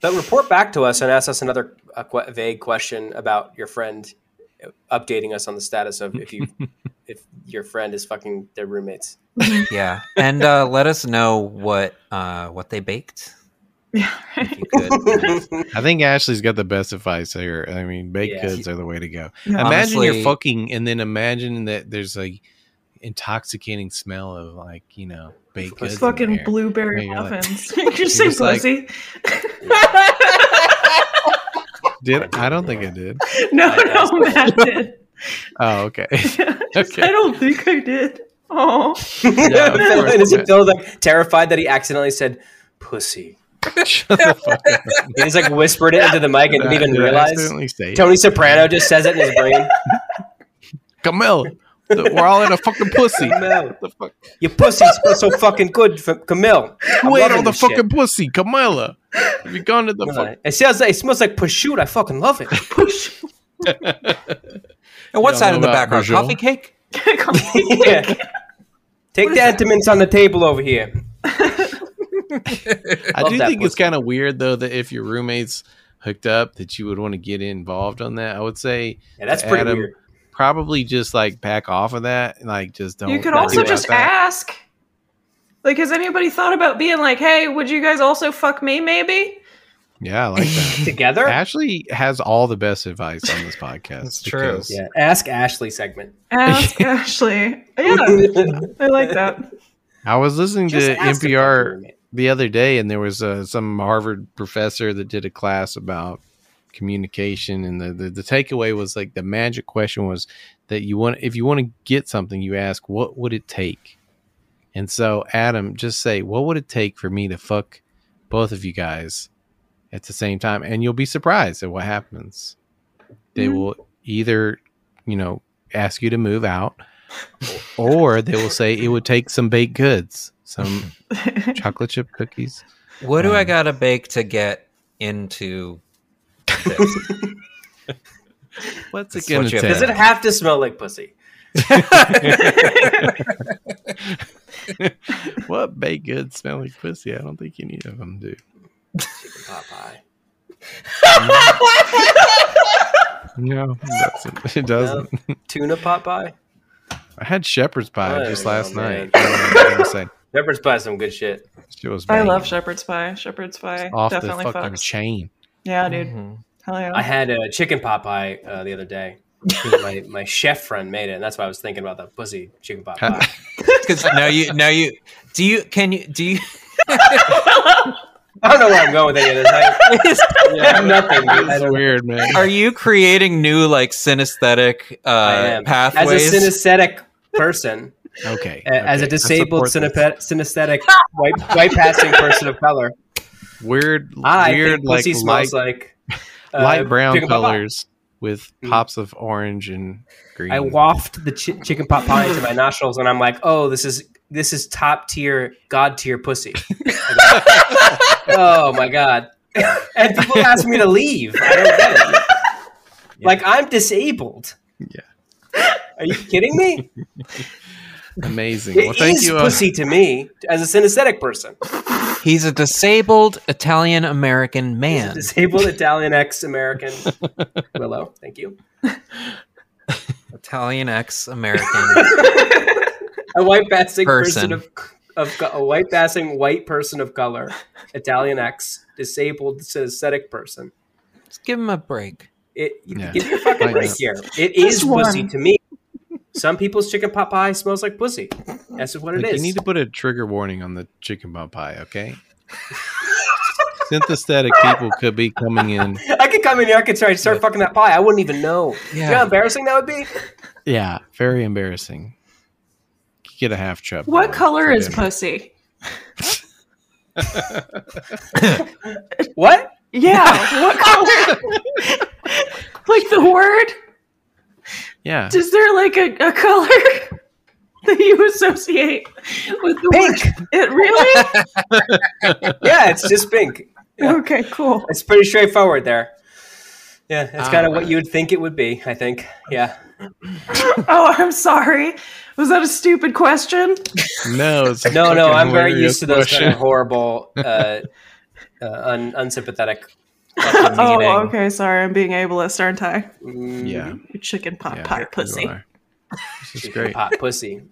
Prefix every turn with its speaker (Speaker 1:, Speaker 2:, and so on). Speaker 1: But report back to us and ask us another uh, que- vague question about your friend uh, updating us on the status of if you if your friend is fucking their roommates.
Speaker 2: yeah, and uh, let us know what uh, what they baked.
Speaker 3: Yeah.
Speaker 2: If you could.
Speaker 4: I think Ashley's got the best advice here. I mean, baked
Speaker 1: Yeah.
Speaker 4: goods are the way to go.
Speaker 3: Yeah.
Speaker 4: Imagine
Speaker 2: Honestly-
Speaker 4: you're fucking, and then imagine that there's a intoxicating smell of like you know baked goods.
Speaker 1: It's
Speaker 4: in
Speaker 3: fucking
Speaker 4: there.
Speaker 3: blueberry
Speaker 4: Yeah, you're like-
Speaker 3: muffins. You're so
Speaker 4: just like-
Speaker 3: pussy.
Speaker 4: Did I don't think it did.
Speaker 3: no,
Speaker 1: I asked
Speaker 3: no, Matt did.
Speaker 4: Oh, okay.
Speaker 3: I
Speaker 4: okay.
Speaker 3: don't think I did. Oh,
Speaker 4: Yeah,
Speaker 1: Phil-
Speaker 4: of course
Speaker 1: and is
Speaker 4: not.
Speaker 1: it Phil like terrified that he accidentally said pussy?
Speaker 4: Shut the fuck up.
Speaker 1: He just like whispered it into the mic and didn't even
Speaker 4: Did I
Speaker 1: realize.
Speaker 4: accidentally say it?
Speaker 1: Tony Soprano just says it in his brain.
Speaker 4: Camille, th- we're all in a fucking pussy.
Speaker 1: Camille,
Speaker 4: The fuck?
Speaker 1: your pussy smells so fucking good, for Camille. I'm
Speaker 4: Wait
Speaker 1: loving
Speaker 4: on the
Speaker 1: this shit.
Speaker 4: fucking pussy, Camilla. Have you gone to the fuck?
Speaker 1: It smells like it smells like prosciutto. I fucking love it.
Speaker 3: push.
Speaker 2: and what
Speaker 4: Yeah,
Speaker 2: side
Speaker 4: I'm
Speaker 2: in the
Speaker 4: about
Speaker 2: background?
Speaker 4: Virgil.
Speaker 2: Coffee cake.
Speaker 1: Yeah. Take the Antimins on the table over here.
Speaker 4: I
Speaker 1: Love
Speaker 4: do
Speaker 1: that
Speaker 4: think it's
Speaker 1: pussy.
Speaker 4: kind of weird though that if your roommates hooked up, that you would want to get involved on that. I would say
Speaker 1: Yeah, that's pretty
Speaker 4: Adam,
Speaker 1: weird.
Speaker 4: probably just like back off of that. and, Like just don't.
Speaker 3: You could
Speaker 4: not
Speaker 3: also
Speaker 4: do
Speaker 3: just
Speaker 4: that.
Speaker 3: ask. Like, has anybody thought about being like, hey, would you guys also fuck me, maybe?
Speaker 4: Yeah, I like that.
Speaker 1: Together?
Speaker 4: Ashley has all the best advice on this podcast.
Speaker 2: That's true.
Speaker 4: because-
Speaker 1: yeah. Ask Ashley segment.
Speaker 3: Ask Ashley. Yeah, I like that.
Speaker 4: I was listening
Speaker 1: Just
Speaker 4: to
Speaker 1: ask the fucking
Speaker 4: NPR
Speaker 1: roommate.
Speaker 4: the other day, and there was uh, some Harvard professor that did a class about communication, and the, the the takeaway was like the magic question was that you want if you want to get something, you ask what would it take, and so Adam just say what would it take for me to fuck both of you guys at the same time, and you'll be surprised at what happens. They
Speaker 3: Mhm.
Speaker 4: will either you know ask you to move out, or they will say it would take some baked goods, some chocolate chip cookies.
Speaker 2: What do I
Speaker 4: Um,
Speaker 2: gotta bake to get into? This?
Speaker 4: What's
Speaker 2: That's
Speaker 4: it gonna
Speaker 2: what you
Speaker 4: take?
Speaker 2: have to
Speaker 1: Does it have to smell like pussy?
Speaker 4: what baked goods smell like pussy? I don't think any of them do.
Speaker 1: Chicken pot pie.
Speaker 4: No, it doesn't. It
Speaker 1: No?
Speaker 4: doesn't.
Speaker 1: Tuna pot pie?
Speaker 4: I had shepherd's pie
Speaker 1: Oh,
Speaker 4: just last
Speaker 1: man.
Speaker 4: night. I was saying,
Speaker 1: Shepherd's pie is some good shit.
Speaker 4: she was
Speaker 3: I love
Speaker 4: banging.
Speaker 3: shepherd's pie. Shepherd's pie
Speaker 4: off the
Speaker 3: definitely
Speaker 4: fucking
Speaker 3: fucks.
Speaker 4: chain.
Speaker 3: yeah, dude.
Speaker 2: Mhm.
Speaker 3: Hell yeah.
Speaker 1: I had a chicken pot pie uh, the other day. my, my chef friend made it, and that's why I was thinking about the pussy chicken pot pie.
Speaker 2: 'Cause now you, now you, do you? Can you? Do you?
Speaker 1: I don't know where I'm going with any of this. I, yeah, I'm nothing. dude. I
Speaker 4: That's
Speaker 1: don't-
Speaker 4: weird, man.
Speaker 2: Are you creating new like synesthetic
Speaker 1: I
Speaker 2: uh,
Speaker 1: am.
Speaker 2: pathways?
Speaker 1: As a synesthetic person,
Speaker 4: Okay,
Speaker 1: a- as a
Speaker 4: okay, I
Speaker 1: disabled
Speaker 4: support
Speaker 1: synepa- synesthetic white, white passing person of color,
Speaker 4: this. weird,
Speaker 1: I
Speaker 4: weird,
Speaker 1: think
Speaker 4: like
Speaker 1: pussy
Speaker 4: light,
Speaker 1: smells like uh,
Speaker 4: light brown
Speaker 1: chicken pot pie.
Speaker 4: colors with
Speaker 1: Mm.
Speaker 4: pops of orange and green.
Speaker 1: I waft the chi- chicken pot pie into my nostrils, and I'm like, "Oh, this is this is top tier, god tier pussy." oh my god! and people ask me to leave. I don't get it. Like I'm disabled.
Speaker 4: Yeah.
Speaker 1: Are you kidding me?
Speaker 4: Amazing.
Speaker 1: It
Speaker 4: Well, thank
Speaker 1: is
Speaker 4: you. uh,
Speaker 1: pussy to me as a synesthetic person,
Speaker 2: He's a disabled Italian American
Speaker 1: As a
Speaker 2: man.
Speaker 1: disabled Italian ex American. Willow, thank you.
Speaker 2: Italian ex American.
Speaker 1: A white passing person,
Speaker 2: Person.
Speaker 1: of. Of co- a white passing white person of color, Italian ex, disabled synesthetic person.
Speaker 2: Just give him a break.
Speaker 1: It you
Speaker 4: Yeah.
Speaker 1: give me a fucking
Speaker 4: Why
Speaker 1: break
Speaker 4: not?
Speaker 1: here. It is
Speaker 3: one.
Speaker 1: pussy to me. Some people's chicken pot pie smells like pussy. That's what it
Speaker 4: Like,
Speaker 1: is.
Speaker 4: You need to put a trigger warning on the chicken pot pie, okay? Synthetic people could be coming in.
Speaker 1: I could come in here. I could try and start fucking that pie. I wouldn't even know. You know
Speaker 2: Yeah.
Speaker 1: how embarrassing that would be.
Speaker 4: Yeah, very embarrassing. Get a half chub.
Speaker 3: what
Speaker 4: for
Speaker 3: color is
Speaker 4: dinner.
Speaker 3: pussy?
Speaker 1: What?
Speaker 3: Yeah, what color? like the word?
Speaker 4: Yeah,
Speaker 3: Is there like a, a color that you associate with the
Speaker 1: Pink.
Speaker 3: word? It really?
Speaker 1: yeah, it's just pink. Yeah.
Speaker 3: Okay, cool.
Speaker 1: It's pretty straightforward there. Yeah,
Speaker 4: Uh,
Speaker 1: it's kind of
Speaker 2: Ah.
Speaker 1: what you would think it would be. I think. Yeah.
Speaker 3: Oh, I'm sorry. Was that a stupid question?
Speaker 4: no, it's a
Speaker 1: No, no,
Speaker 4: fucking
Speaker 1: I'm very
Speaker 4: hilarious
Speaker 1: used to those kind
Speaker 4: question.
Speaker 1: of horrible uh, uh, un, unsympathetic.
Speaker 3: oh,
Speaker 2: meaning.
Speaker 3: okay. Sorry, I'm being ableist, aren't I?
Speaker 1: Mm,
Speaker 4: Yeah.
Speaker 3: You chicken pot
Speaker 4: yeah,
Speaker 3: pie
Speaker 4: you
Speaker 3: pussy.
Speaker 4: are. This is
Speaker 1: chicken
Speaker 4: great.
Speaker 1: Pot pussy.